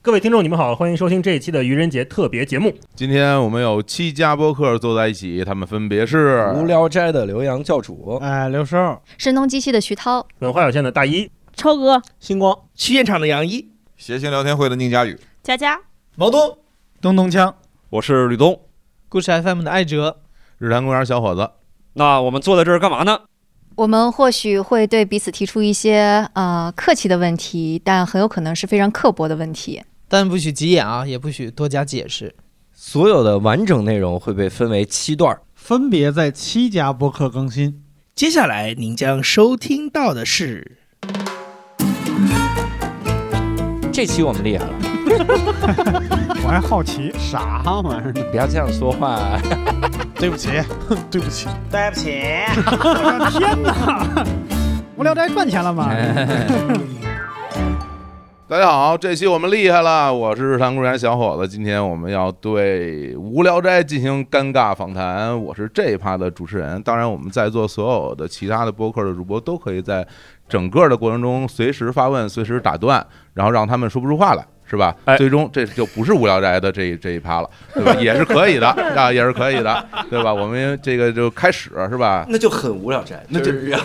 各位听众，你们好，欢迎收听这一期的愚人节特别节目。今天我们有七家播客坐在一起，他们分别是无聊斋的刘洋教主，哎，刘寿、声东击西的徐涛，文化有限的大一，超哥、星光，去现场的杨一、谐星聊天会的宁佳宇、佳佳，毛东、东东锵，我是吕东，故事 FM 的艾哲。日坛公园小伙子。那我们坐在这儿干嘛呢？我们或许会对彼此提出一些呃客气的问题，但很有可能是非常刻薄的问题。但不许急眼啊，也不许多加解释。所有的完整内容会被分为七段儿。分别在七家播客更新。接下来您将收听到的是，这期我们厉害了，我还好奇啥玩意儿呢？不要这样说话。对不起，对不起，对不起，天哪！无聊斋赚钱了吗？大家好，这期我们厉害了，我是日坛公园小伙子。今天我们要对《无聊斋》进行尴尬访谈，我是这一趴的主持人。当然，我们在座所有的其他的播客的主播都可以在整个的过程中随时发问、随时打断，然后让他们说不出话来。是吧？哎最终这就不是无聊斋的这一这一趴了，对吧？也是可以的啊，也是可以的，对吧？我们这个就开始是吧？那就很无聊斋，那那就就是让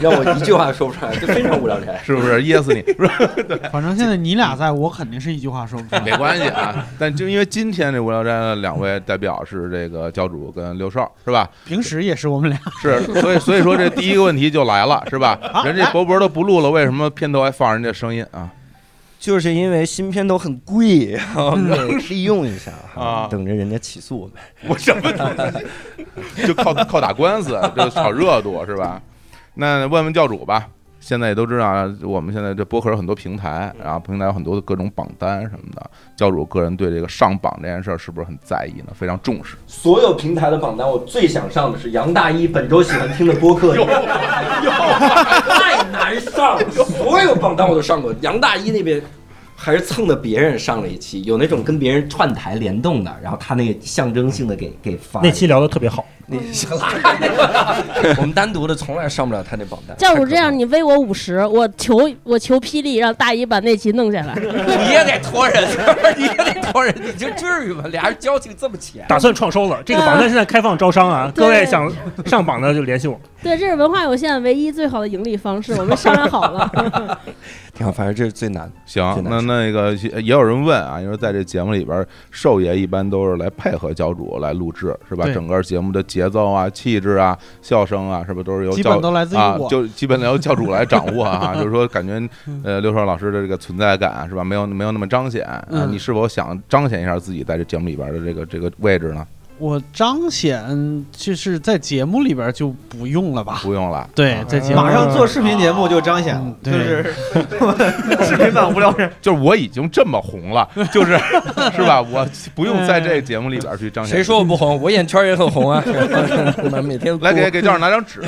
让我一句话说不出来，就非常无聊 斋。是不是噎死你？ 反正现在你俩在，我肯定是一句话说不出没来。关系啊，但就因为今天这无聊斋的两位代表是这个教主跟刘少，是吧？平时也是我们俩，是，所以所以说这第一个问题就来了，是吧？人家博博都不录了，为什么片头还放人家声音啊？就是因为新片头很 贵，然后我们得 利用一下啊等着人家起诉我们。我什么 就靠靠打官司，啊就炒热度是吧？那问问教主吧。现在也都知道啊，我们现在这播客有很多平台，然后平台有很多的各种榜单什么的。教主个人对这个上榜这件事儿是不是很在意呢？非常重视。所有平台的榜单，我最想上的是杨大一本周喜欢听的播 客，太难上了。所有榜单我都上过，杨大一那边还是蹭的别人上了一期，有那种跟别人串台联动的，然后他那个象征性的给给发那期聊得特别好，那拉， 我们单独的从来上不了他那榜 单。教主这样，你微我五十，我求我求霹雳，让大姨把那集弄下 来。你也得托人，你也得托人，你就至于吗？俩人交情这么浅，打算创收了。这个榜单现在开放招商啊，对各位想上榜的就联系我。对，这是文化有限唯一最好的盈利方式，我们商量好了。挺好，反正这是最难的。行最，难那受那个也有人问啊，因为在这节目里边，寿爷一般都是来配合教主来录制，是吧？对整个节目的节奏啊、气质啊、笑声啊，是不是都是由基教本都来自于啊我，。嗯就基本由教主来掌握 啊？就是说，感觉呃，刘少老师的这个存在感啊是吧？没有没有那么彰显啊。嗯你是否想彰显一下自己在这节目里边的这个这个位置呢？我彰显就是在节目里边就不用了吧？啊不用了，对，在节目马上做视频节目就彰显了，就是就是我已经这么红了，就是 是吧？我不用在这节目里边去彰显。谁说我不红？我眼圈也很红啊！每天来给给教授拿张纸。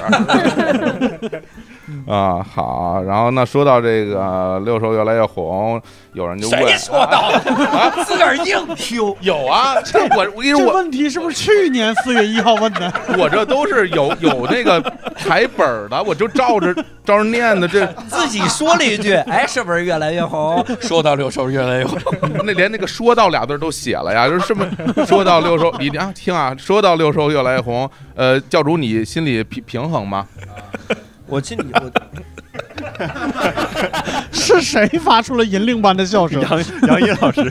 啊，好，然后那说到这个呃六兽越来越红，有人就问，啊谁说到的？自个儿硬 Q。有啊，这我我跟你说，这我问题是不是去年四月一号问的？我这都是有有那个台本儿的，我就照着照着念的，这自己说了一句：“哎，是不是越来越红？”说到六兽越来越红，那连那个说到俩字儿都写了呀，就是这么说到六兽，你啊听啊，说到六兽越来越红，呃，教主你心里平平衡吗？我去你我是谁发出了银铃般的笑声？杨毅老师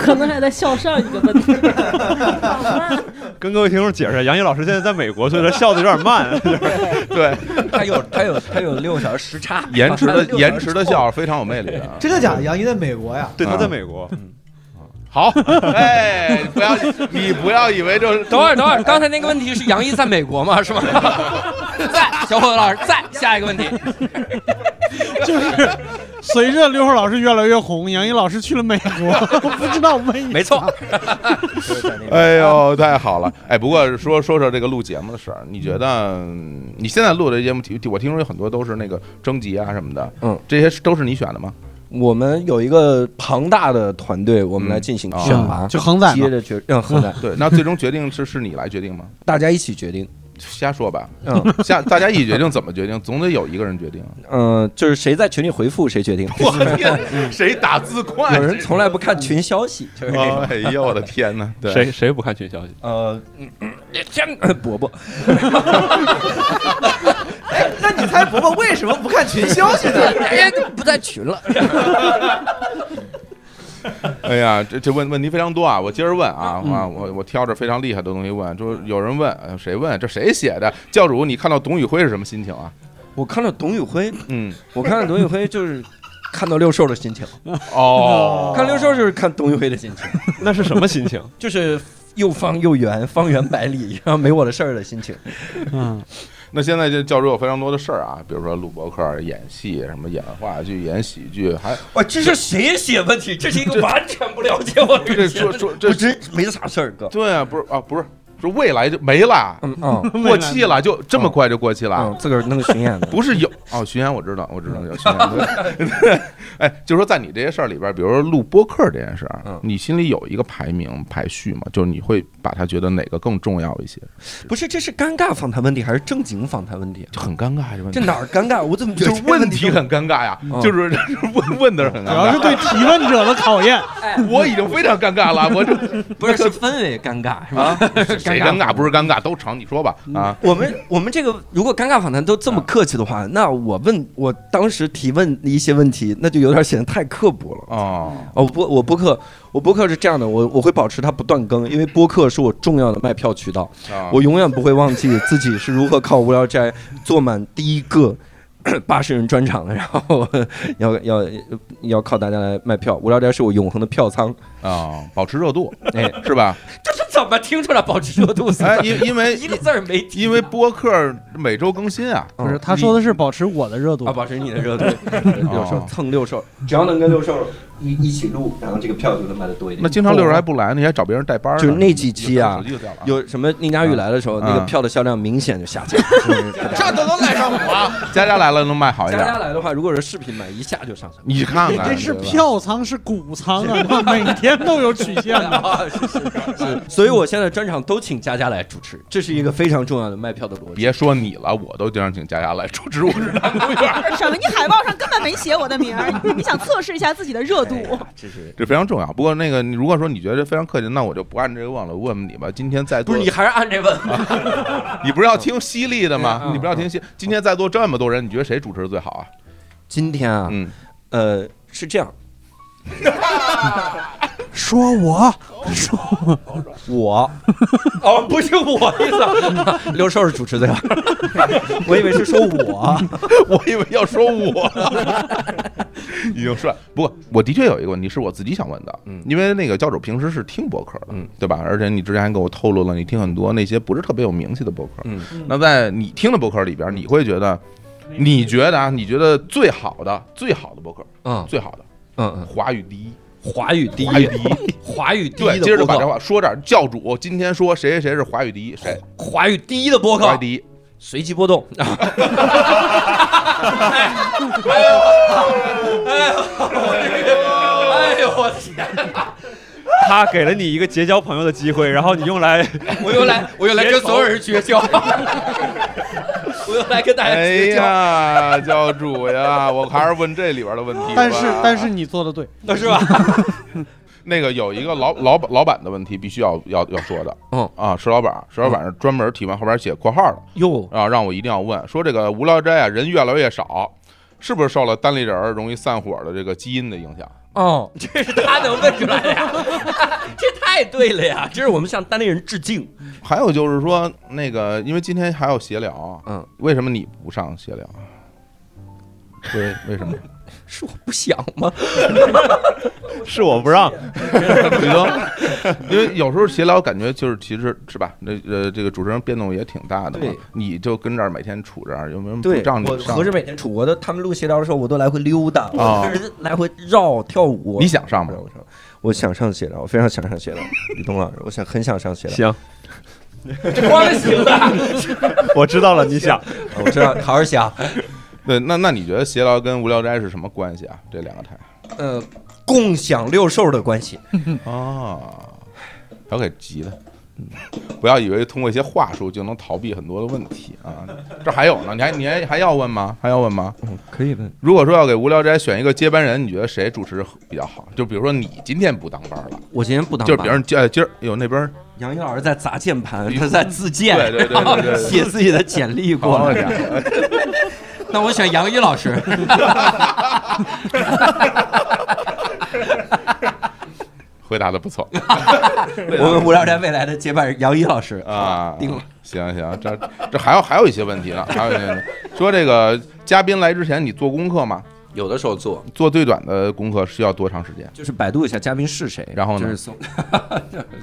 可能还在笑上一个问题。跟各位听众解释，杨毅老师现在在美国，所以他笑的有点 慢。对，他有他有他有六小时时 差，延迟 的延迟的笑。笑非常有魅力啊的， 真的假的？杨一在美国呀？对，他在美国，好，哎，不要你不要以为就是等会儿，等会儿，刚才那个问题是杨毅在美国吗？是吗？在，小伙子老师在。下一个问题， 就是随着六号老师越来越红，杨一老师去了美国， 不知道为没错。 哎呦，太好了！哎，不过说说说这个录节目的事儿，你觉得嗯你现在录的节目，听我听说有很多都是那个征集啊什么的，嗯，这些是都是你选的吗？我们有一个庞大的团队，我们来进行选拔，就恒仔嘛啊接着决让河南 对，那最终决定是是你来决定吗？大家一起决定。瞎说吧，嗯， 下大家一起决定怎么决定，总得有一个人决定。嗯，就是谁在群里回复谁决定。 我 天，谁打字快？有人从来不看群消息，就是这呃种。哎呦我的天哪！对，谁谁不看群消息？呃，嗯嗯天，伯伯。哎，那你猜伯伯为什么不看群消息呢？哎，不在群了。哎呀，这这问问题非常多啊！我接着问啊啊，我我挑着非常厉害的东西问，就是有人问，哎呦谁问这谁写的？教主，你看到董宇辉是什么心情啊？我看到董宇辉，嗯， 我看到董宇辉就是看到六兽的心 情，哦，看六兽就是看董宇辉的心情， 那是什么心情？就是又方又圆，方圆百里，然后没我的事儿的心情。嗯， 那现在这教主有非常多的事儿啊，比如说录博客、演戏，什么演话剧、演喜剧，还哇，哦这是谁写问题？这是一个完全不了解我的这说说这 我真没啥事儿，哥。对啊，不是啊，不是，是未来就没了，嗯嗯过气了，就这么快就过气了。嗯，自个儿弄巡演的，不是有哦，巡演我知道，我知道有 巡演。对 哎，就说在你这些事儿里边，比如说录播客这件事儿，嗯你心里有一个排名排序吗？就是你会把它觉得哪个更重要一些？ 不是，这是尴尬访谈问题还是正经访谈问题啊？就很尴尬这问这题，哪儿尴尬？我怎么 觉就得是这个问题题很尴尬呀，嗯就是 就是问问的是很尴主要尬是。对提问者的考验。 我已经非常尴尬了，我这不是是氛围尴尬是吧？ 啊， 谁尴尬不是尴尬都成，你说吧啊，我们我们这个如果尴尬访谈都这么客气的话，那我问我当时提问一些问题，那就有点显得太刻薄了。哦，哦，我播我播客我播客是这样的，我我会保持它不断更，因为播客是我重要的卖票渠道，啊我永远不会忘记自己是如何靠无聊斋做满第一个。 八十人专场的，然后 要要要靠大家来卖票。无聊斋是我永恒的票仓，啊，保持热 度，哎，是吧？这是怎么听出来保持热度的？ 哎，因因 为一个字儿没提。因为播客每周更新啊， 不是，他说的是保持我的热度哦啊，。保持你的 热度，六兽蹭六兽，只要能跟六兽一一起录，然后这个票就能卖的多一点。那经常六人还不来呢，你还找别人代班呢，就是那几期啊手机就掉了啊，有什么宁佳玉来的时候，嗯那个票的销量明显就下降。 就是这都能赖上我 啊，佳佳来了能卖好一佳佳点，来的话，如果是视频买，一下就上去了。你看你看，这是对吧，票仓是谷仓啊，每天都有曲线的。啊，是是是， 所以我现在专场都请佳佳来主持，这是一个非常重要的卖票的逻辑。别说你了，我都经常请佳佳来主持我是男公园，什么？你海报上根本没写我的名儿，你想测试一下自己的热度？哎这是 这非常重要。不过那个，你如果说你觉得非常客气，那我就不按这个问了，我问问你吧。今天在不座是你还是按这问，你不是要听犀利的吗？嗯你不是要听犀？今天在座这么多人，你觉得谁主持最好啊？今天啊，嗯， 呃，是这样，说我，说我 我哦，不是我意思，刘兽是主持的 呀，我以为是说我，我以为要说我了， 已经帅。不过我的确有一个问题是我自己想问的，嗯因为那个教主平时是听博客的，嗯，对吧？而且你之前还给我透露了，你听很多那些不是特别有名气的博客。嗯，那在你听的博客里边，你会觉得，你觉得啊，你觉得最好的、最好的博客，嗯最好的嗯华语第一，嗯，华语第华语一，第一。华语第对，一接的着播把这客，话说这儿。教主今天说谁谁谁是华语第一，谁华语第一的播华客语，第一？随机波动。哎呦我天！ 他给了你一个结交朋友的机会，然后你用来我又来，我又来跟所有人绝 交，我又来跟 大家哎绝交，呀，教主呀，我还是问这里边的问题吧。哎但是但是你做的对，那是吧？那个有一个老老板老板的问题必须要要要说的，嗯啊，石老板，石老板嗯是专门提完后边写括号的哟，啊，让我一定要问，说这个无聊斋啊人越来越少，是不是受了单立人儿容易散伙的这个基因的影响？哦，这是他能问出来的 呀，这太对了呀！这是我们向单立人致敬。还有就是说那个，因为今天还有闲聊，嗯，为什么你不上闲聊？对，为什么？是我不想吗？ 是我不让， 吕东，因为有时候闲聊感觉就是其实是吧，那呃这个主持人变动也挺大的嘛对，你就跟这儿每天杵着，有没有人不 对，让你我上合着每天出，我都他们录协聊的时候，我都来回溜达，啊我就是来回绕跳舞。你想上吗？我上，我想上协聊，我非常想上协聊。李东老师，我想很想上协聊。行，光行的，我知道了，你想，啊我知道，好 好想。对，那那你觉得闲聊跟无聊斋是什么关系啊？这两个台呃，共享六兽的关系，啊，把我给急的，不要以为通过一些话术就能逃避很多的问题啊！这还有呢，你还你还还要问吗？还要问吗？可以问。如果说要给无聊斋选一个接班人，你觉得谁主持比较好？就比如说你今天不当班了，我今天不当就班是别人今哎今儿有那边杨毅老师在砸键哎盘，他在自荐， 对对对对对然后写自己的简历过来。那我选杨毅老师。。回答的不错我们无聊斋未来的接班人杨一老师啊，定了。行行，这这还有还有一些问题呢，还有一些问题说这个嘉宾来之前你做功课吗？有的时候做，做最短的功课需要多长时间？就是百度一下嘉宾是谁，然后呢？就是搜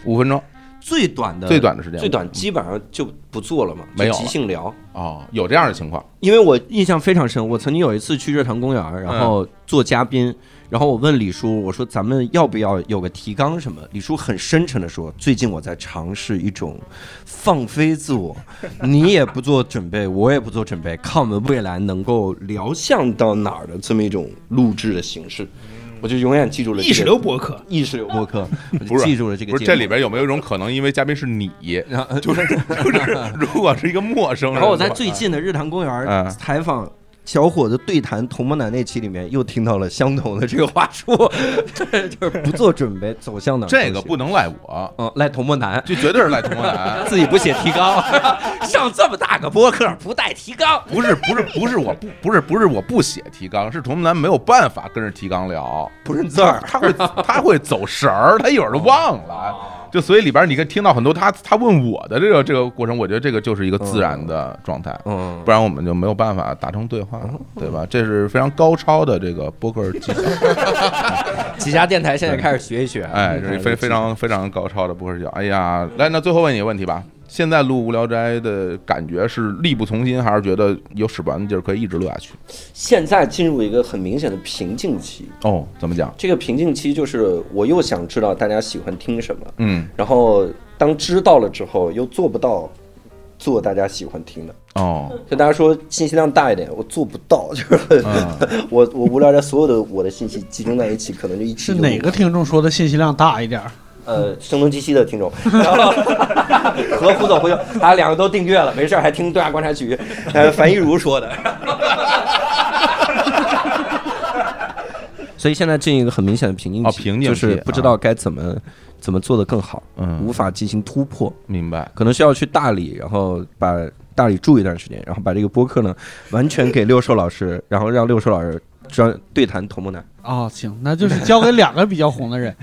五分钟。最短呃的最短的时间，最短基本上就不做了嘛，没有就即兴聊。哦，有这样的情况。因为我印象非常深，我曾经有一次去热坛公园，然后做嘉宾，然后我问李叔，我说咱们要不要有个提纲什么？李叔很深沉的说，最近我在尝试一种放飞自我，你也不做准备，我也不做准备，看我们未来能够聊向到哪儿的这么一种录制的形式。我就永远记住了这个意识流博客，意识流博客，我就不是记住了这个不是节这目里边有没有一种可能，因为嘉宾是你， 就是就是，如果是一个陌生人的话，然后我在最近的日坛公嗯园采访小伙子对谈童梦楠那期里面，又听到了相同的这个话术， 就是不做准备走向哪儿都行。这个不能赖我，嗯，赖童梦楠，这绝对是赖童梦楠， 自己不写提纲， 上这么大个播客不带提纲，不是不是不是我不不是不是我不写提纲，是童梦楠没有办法跟着提纲聊，不认字儿，他 会他会走神儿，他一会儿就忘了。就所以里边你看听到很多他他问我的这个这个过程，我觉得这个就是一个自然的状态，嗯，不然我们就没有办法达成对话，对吧？这是非常高超的这个播客 技巧。几家电台现在开始学一学，哎，这是非非常非常高超的不可思议。哎呀，来，那最后问你个问题吧。现在录《无聊斋》的感觉是力不从心，还是觉得有使不完的劲儿，可以一直录下去？现在进入一个很明显的瓶颈期，哦，怎么讲？这个瓶颈期就是我又想知道大家喜欢听什么，嗯，然后当知道了之后又做不到做大家喜欢听的，哦，就大家说信息量大一点， 我做不到，就是、嗯我我无聊的所有的我的信息集中在一起，可能就一是期就哪个听众说的信息量大一点儿？呃声东击西的听众，然后 和胡总胡总，大家两个都订阅了，没事儿还听《对话观察局》，呃，樊一茹说的， 所以现在进一个很明显的瓶颈期，哦瓶颈就期啊是不知道该怎么、怎么做得更好，嗯无法进行突破，明 白？可能需要去大理，然后把大理住一段时间，然后把这个播客呢完全给六兽老师，然后让六兽老师专对谈童梦楠。哦，行，那就是交给两个比较红的人。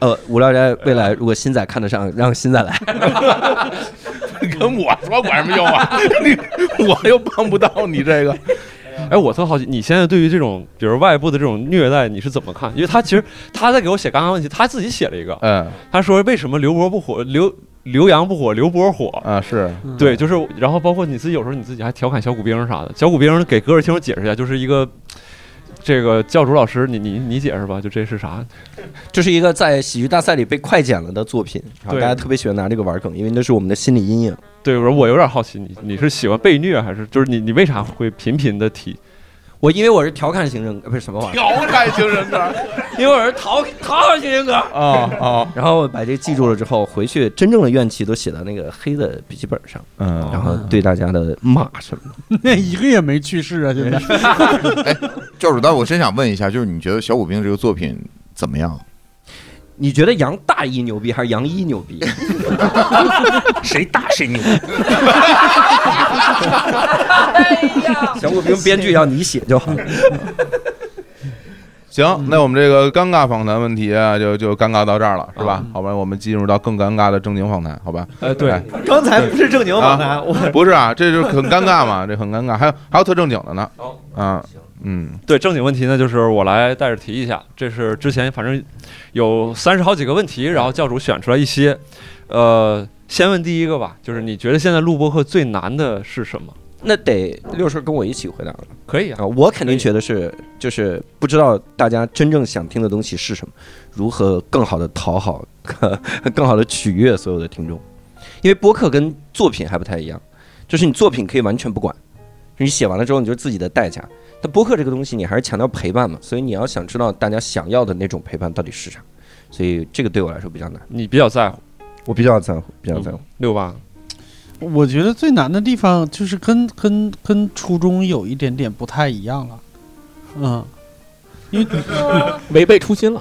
呃，无聊斋未来如果新仔看得上， 让新仔来。 跟我说管什么用啊？ 你我又帮不到你这个。哎，我特好奇，你现在对于这种，比如外部的这种虐待，你是怎么看？因为他其实他在给我写刚刚问题，他自己写了一个，嗯，他说为什么刘博不火，刘刘洋不火，刘博火啊？ 是对，就是然后包括你自己有时候你自己还调侃小骨兵啥的，小骨兵给各位听众解释一下，就是一个这个教主老师，你你你解释吧，就这是啥？就是一个在喜剧大赛里被快剪了的作品，然后对大家特别喜欢拿这个玩梗，因为那是我们的心理阴影。对，我说我有点好奇，你你是喜欢被虐还是就是你你为啥会频频的提？我因为我是调侃型人格，不是什么玩意儿，调侃型人格，因为我是讨讨好型人格。 哦哦， 然后我把这记住了之后，回去真正的怨气都写到那个黑的笔记本上，嗯，然后对大家的骂什么的。 那一个也没去世啊，现在。教主，但我真想问一下，就是你觉得《小武兵》这个作品怎么样？你觉得杨大一牛逼还是杨一牛 逼？谁大谁牛？小武兵编剧让你写就好了。行，嗯那我们这个尴尬访谈问题啊，就就尴尬到这儿了，是吧？嗯好吧，我们进入到更尴尬的正经访谈，好吧？哎，对哎刚才不是正经访谈啊我 不是啊，这就是很尴尬嘛，这很尴尬。还有还有特正经的呢，哦啊，嗯，对正经问题呢，就是我来带着提一下，这是之前反正有三十好几个问题，然后教主选出来一些，呃，先问第一个吧，就是你觉得现在录播课最难的是什么？那得六叔跟我一起回答了，可以啊。我肯定觉得是，就是不知道大家真正想听的东西是什么，如何更好的讨好，更好的取悦所有的听众。因为播客跟作品还不太一样，就是你作品可以完全不管，你写完了之后，你就是自己的代价。但播客这个东西，你还是强调陪伴嘛，所以你要想知道大家想要的那种陪伴到底是啥，所以这个对我来说比较难。你比较在乎，我比较在乎，比较在乎。六八，我觉得最难的地方就是跟跟跟初中有一点点不太一样了，嗯，因为违背初心了。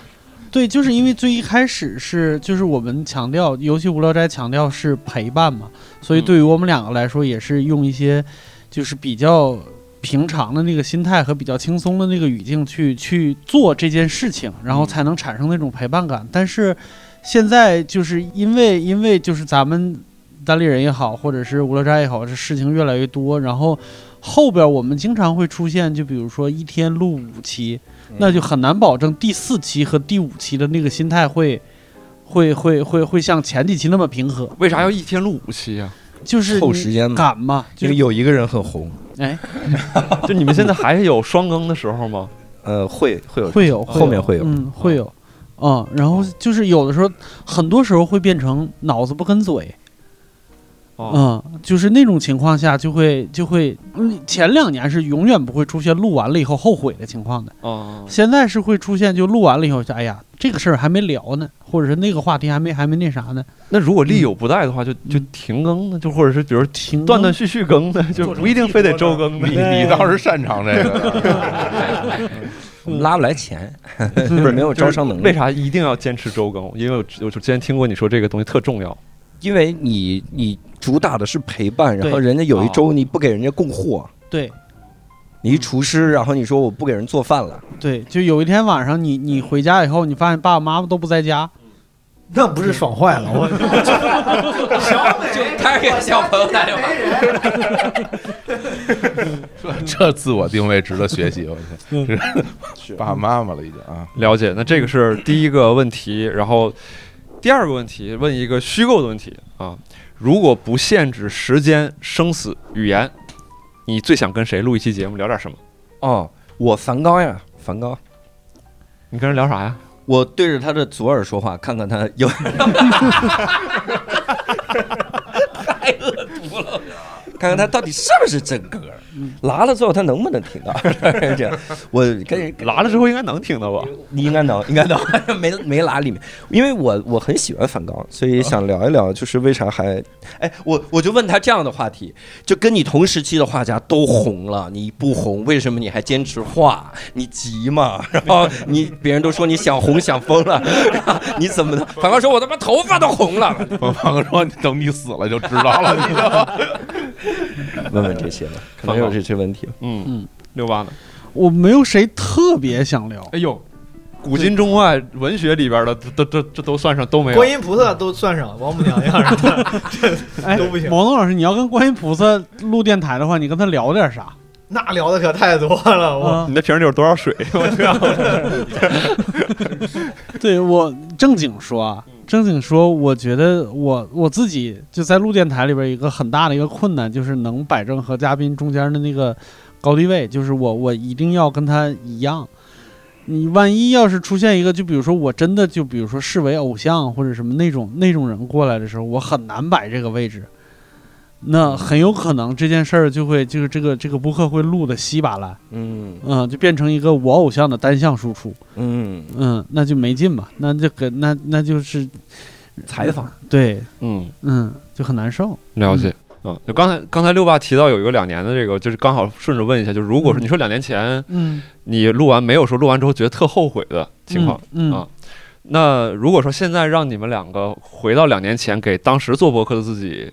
对，就是因为最一开始是就是我们强调，尤其无聊斋强调是陪伴嘛，所以对于我们两个来说，也是用一些就是比较平常的那个心态和比较轻松的那个语境去去做这件事情，然后才能产生那种陪伴感。但是现在就是因为因为就是咱们单立人也好，或者是无聊斋也好，这事情越来越多，然后后边我们经常会出现，就比如说一天录五期，那就很难保证第四期和第五期的那个心态会会会会会像前几期那么平和。为啥要一天录五期啊呀、嗯就是凑时间嘛赶嘛，就因是为有一个人很红，哎，就 你们现在还有双更的时候吗？呃，会会有会有后面会有，嗯，会有，嗯，然后就是有的时候，很多时候会变成脑子不跟嘴，嗯，哦就是那种情况下就会就会，嗯前两年是永远不会出现录完了以后后悔的情况的，哦，现在是会出现就录完了以后就哎呀这个事儿还没聊呢，或者是那个话题还没还没那啥呢，那如果力有不在的话，就就停更呢，就或者是比如停断断续续更嗯的，就不一定非得周更的。你你 倒是擅长这个，我们拉不来钱，不是没有招商能力。为啥一定要坚持周更？因为我我之前听过你说这个东西特重要。因为你你主打的是陪伴，然后对人家有一周你不给人家供货，对你一厨师，然后你说我不给人做饭了，对，就有一天晚上你你回家以后，你发现爸爸妈妈都不在家，嗯嗯那不是爽坏了我。就开始给小朋友打电话。这自我定位值得学习，我天，这爸爸妈妈了已经啊。 了解，那这个是第一个问题，然后第二个问题问一个虚构的问题啊，如果不限制时间、生死、语言，你最想跟谁录一期节目，聊点什么？哦，我梵高呀，梵高，你跟人聊啥呀？我对着他的左耳说话，看看他 有。太恶毒了。看看他到底是不是真歌，拉了之后他能不能听到？ 这样，我跟拉了之后应该能听到吧？你应该能，应该能， 没没拉里面，因为我我很喜欢梵高，所以想聊一聊，就是为啥还，哎，我我就问他这样的话题，就跟你同时期的画家都红了，你不红，为什么你还坚持画？你急嘛？ 然后你别人都说你想红想疯了， 然后你怎么的？梵高说我他妈头发都红了，梵高说等你死了就知道了，你就。 问问这些吧，可能有这些问题。嗯嗯，六八呢？我没有谁特别想聊，哎呦，古今中外文学里边的，这这这都算上都没有。观音菩萨都算上，王母娘娘什么的，哎，这都不行。毛东老师，你要跟观音菩萨录电台的话，你跟他聊点啥？嗯那聊的可太多了，我、你的瓶里有多少水？我这样， 对我正经说啊，正经说，我觉得我我自己就在录电台里边一个很大的一个困难，就是能摆正和嘉宾中间的那个高低位，就是我我一定要跟他一样。你万一要是出现一个，就比如说我真的就比如说视为偶像或者什么那种那种人过来的时候，我很难摆这个位置。那很有可能这件事儿就会就是这个这个播客会录的稀巴烂，嗯嗯，就变成一个我偶像的单向输出，嗯嗯，那就没劲嘛，那就跟那那就是采访，对，嗯嗯，就很难受。了解。嗯，就刚才刚才六爸提到有一个两年的这个，就是刚好顺着问一下，就是如果说你说两年前，嗯，你录完没有说录完之后觉得特后悔的情况，嗯嗯啊，那如果说现在让你们两个回到两年前，给当时做播客的自己，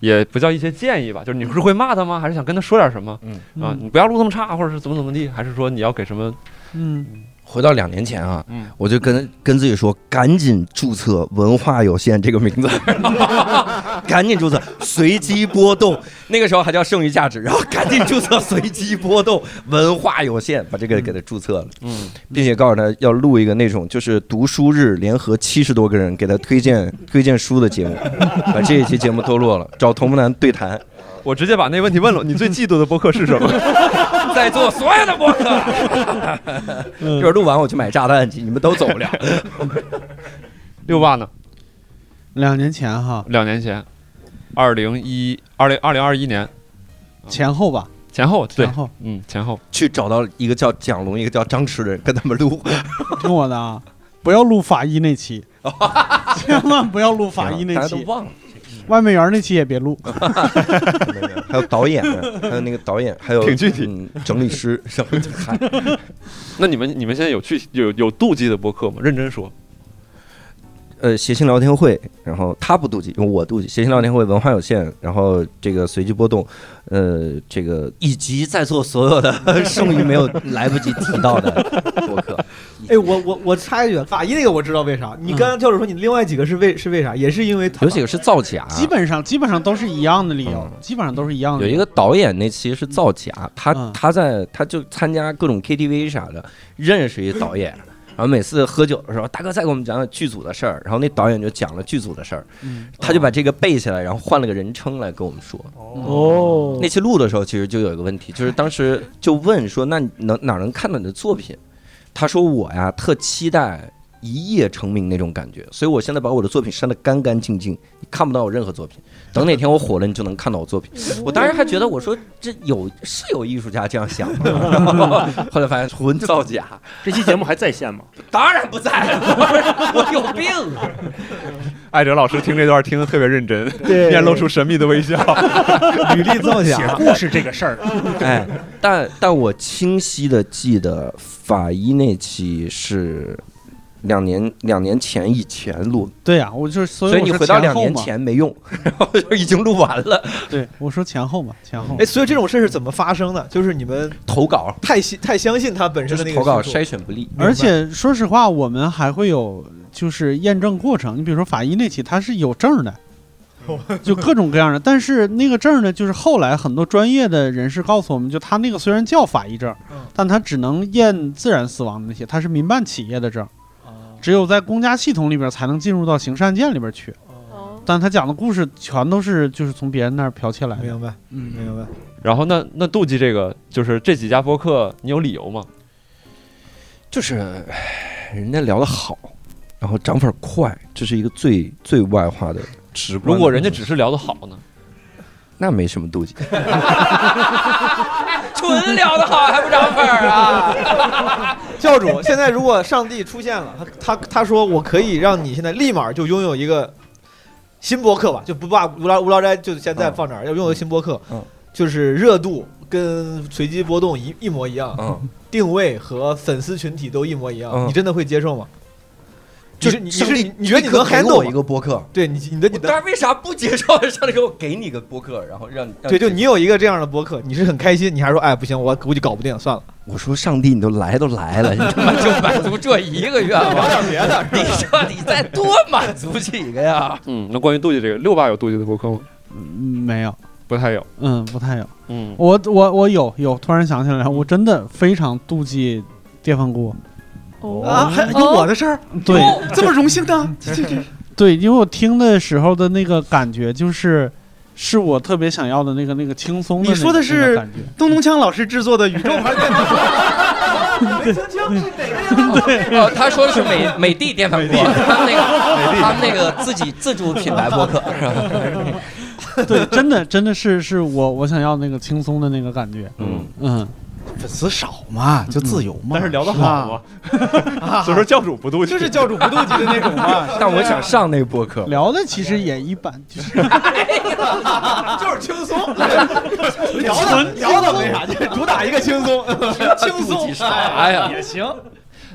也不叫一些建议吧，就是你是会骂他吗？还是想跟他说点什么？嗯啊，你不要录那么差，或者是怎么怎么地，还是说你要给什么？嗯，回到两年前啊，嗯我就跟跟自己说，赶紧注册“文化有限”这个名字， 赶紧注册，随机波动。那个时候还叫剩余价值，然后赶紧注册随机波动，文化有限，把这个给它注册了，嗯，并且告诉他要录一个那种就是读书日联合七十多个人给他推荐推荐书的节目，把这一期节目都录了，找同木男对谈。我直接把那问题问了，你最嫉妒的播客是什么？在座所 有的播客，一会儿录完我去买炸弹去，你们都走不了。六爸呢？两年前哈，两年前，二零一二零二零二一年嗯前后吧，前后对前后，嗯，前后去找到一个叫蒋龙，一个叫张弛的人，跟他们录。听我的啊，不要录法医那 期，千万不要录法医那大家期都，忘了。外卖员那期也别录。还有导演呢， 还有那个导演，还有挺具体嗯整理师 什么的。嗨那你们你们现在有去有有妒忌的播客吗？认真说，呃，谐星聊天会，然后他不妒忌，我妒忌。谐星聊天会文化有限，然后这个随机波动，呃，这个以及在座所有的 剩余没有来不及提到的 播客，哎，我我我插一句，法医那个我知道为啥。你嗯刚刚教主说你另外几个是为是为啥？也是因为有几个是造假，啊基本上基本上都是一样的理由，基本上嗯都是一样的嗯有理由。一个导演那期是造假，他他在他就参加各种 KTV 啥的，认识一导演，然后每次喝酒的时候，大哥再给我们讲讲剧组的事儿，然后那导演就讲了剧组的事儿，嗯他就把这个背下来，然后换了个人称来跟我们说。哦那期录的时候其实就有一个问题，就是当时就问说，那你能哪能看到你的作品？他说我呀特期待。一夜成名那种感觉，所以我现在把我的作品删得干干净净，你看不到我任何作品。等哪天我火了，你就能看到我作品。我当时还觉得，我说这有是有艺术家这样想吗？ 后来发现纯造假。这期节目还在线吗？当然不在了，我有病。啊艾哲老师听这段听得特别认真，对面露出神秘的微笑。履历造假 写故事这个事儿，哎，但但我清晰的记得法医那期是两年两年前以前录，对呀、我就是所以所以我你说回到前两后年嘛前没用，然后就已经录完了。 对，我说前后嘛，前后。哎，所以这种事是怎么发生的？就是你们投稿太信太相信他本身的那个叙述不力而且说实话，我们还会有就是验证过程。你比如说法医那期，他是有证 儿的，就各种各样的。但是那个证儿呢，就是后来很多专业的人士告诉我们，就他那个虽然叫法医证，嗯但他只能验自然死亡的那些，他是民办企业的证，哦只有在公家系统里边才能进入到刑事案件里边去。哦但他讲的故事全都是就是从别人那儿剽窃来的。明白，嗯，明白。 然后那那妒忌这个，就是这几家播客，你有理由吗？就是唉人家聊得好，然后涨粉快，这是一个最最外化的直观。如果人家只是聊得好呢？那没什么妒忌。纯聊得好还不涨粉儿啊！教主，现在如果上帝出现了，他他他说我可以让你现在立马就拥有一个新播客吧，就不把无聊无聊斋就现在放这儿，要拥有新播客，嗯就是热度跟随机波动一一模一样，嗯定位和粉丝群体都一模一样，嗯你真的会接受吗？就你是上你帝是你你觉得你立刻能给 handle 我吗一个播客？对你你的你的当然为啥不接受？上来给我给你个播客，然后让你让对，就你有一个这样的播客，你是很开 心，你还说哎不行，我估计搞不定，算了。我说上帝，你都来都 来了，你他 妈就满足这一个愿望，聊点别的。你说你再多满足几个 呀？嗯，那关于妒忌这个，六爸有妒忌的播客吗？没有，不太有。嗯，不太有。嗯，我我我有有，突然想起来，我真的非常妒忌电饭锅。啊，还有我的事儿，对哦这么荣幸的，这这这 对，因为我听的时候的那个感觉就是。是我特别想要的那个那个轻松的那你个。说的那个是感觉东东锵老师制作的宇宙牌电脑。没听清是哪个对，哦，他说的是美美的电饭锅，他们那个他们那个自己自主品牌播 客是吧？ 对，真的真的是是我我想要那个轻松的那个感觉。嗯嗯，粉丝少嘛，就自由嘛。但是聊得好 嘛所以说教主不妒忌，就是教主不妒忌的那种嘛。但我想上那播客，聊的其实也一般，就是就是轻松，聊的聊的没啥，就是主打一个轻松， 轻松啥呀哎也行。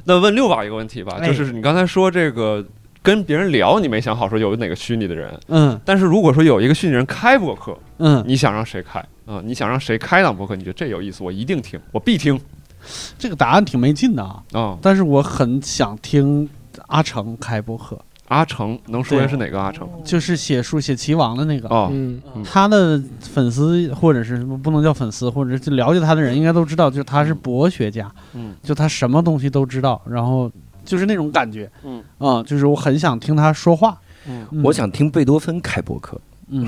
那问六爸一个问题吧，哎就是你刚才说这个跟别人聊，你没想好说有哪个虚拟的人， 嗯，但是如果说有一个虚拟人开播客，嗯你想让谁开啊、你想让谁开档播客？你觉得这有意思，我一定听，我必听这个答案挺没劲的啊。啊、但是我很想听阿成开播客，阿成能说一下是哪个阿成？就是写书写棋王的那个。哦嗯嗯，他的粉丝或者是什么不能叫粉丝，或者是了解他的人应该都知道，就是他是博学家，嗯就他什么东西都知道，然后就是那种感觉，啊嗯嗯，就是我很想听他说话。嗯我想听贝多芬开播客。嗯，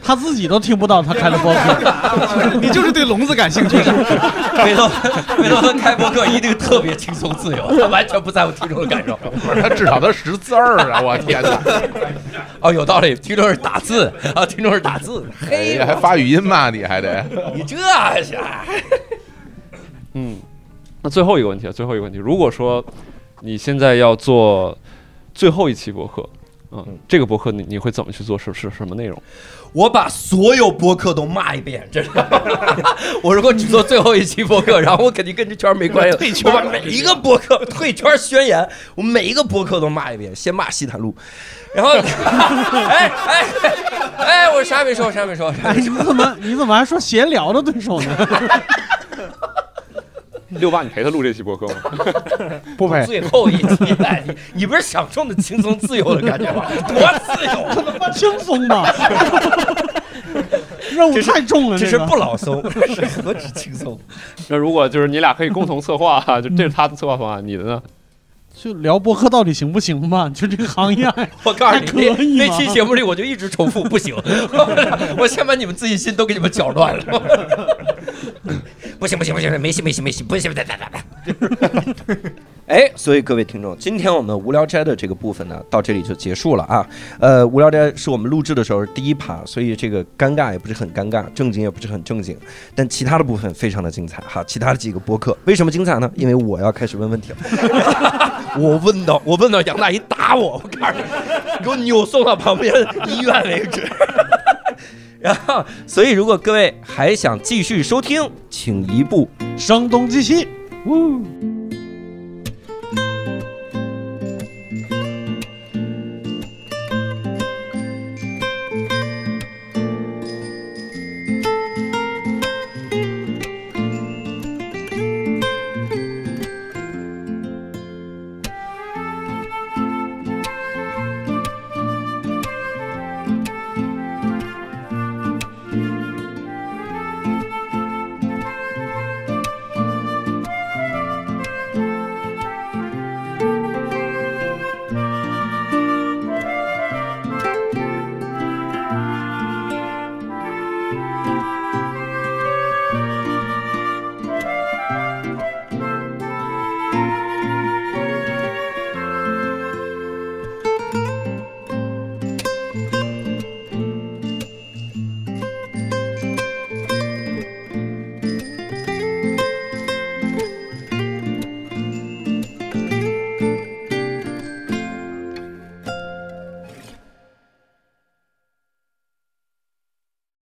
他自己都听不到他开的播客，你就是对聋子感兴趣是吧？回头回头他开播客一定特别轻松自由， 他完全不在乎听众的感受。 不是他至少他识字儿啊！我天哪！ 哦，有道理，听众是打字啊，听众是打字。哎嘿，呀，还发语音骂你还得你这还行？嗯，那最后一个问题，啊，最后一个问题，如果说你现在要做最后一期博客，嗯，这个博客你你会怎么去做？是是什么内容？我把所有播客都骂一遍，真的。 我如果只做最后一期播客，然后我肯定跟这圈没关系。退圈我把每一个播客退圈宣言，我每一个播客都骂一遍，先骂西坦路，然 后，哎哎哎哎，我啥也没说，我啥也没说。 哎，你怎么你怎么还说闲聊的对手呢？六八，你陪他录这期播客吗？不陪最后一期，哎你你不是享受的轻松自由的感觉吗？多自 由，轻松吧。任务太重了，这是这个不老松，是何止轻松？那如果就是你俩可以共同策划，啊就这是他的策划方案，你的呢？就聊播客到底行不行吧？就这个行业还，我告诉还你，可以那吗那期节目里我就一直重复不行，我先把你们自信心都给你们搅乱了。不行不行不行，没戏没戏没戏，不行，不行，不行。哎，所以各位听众，今天我们无聊斋的这个部分呢，到这里就结束了啊。呃，无聊斋是我们录制的时候是第一趴，所以这个尴尬也不是很尴尬，正经也不是很正经，但其他的部分非常的精彩哈。其他的几个播客为什么精彩呢？因为我要开始问问题了。我问到，我问到杨大姨打我，我告诉你，给我扭送到旁边医院为止。 然后，所以如果各位还想继续收听，请移步声东击西。呜。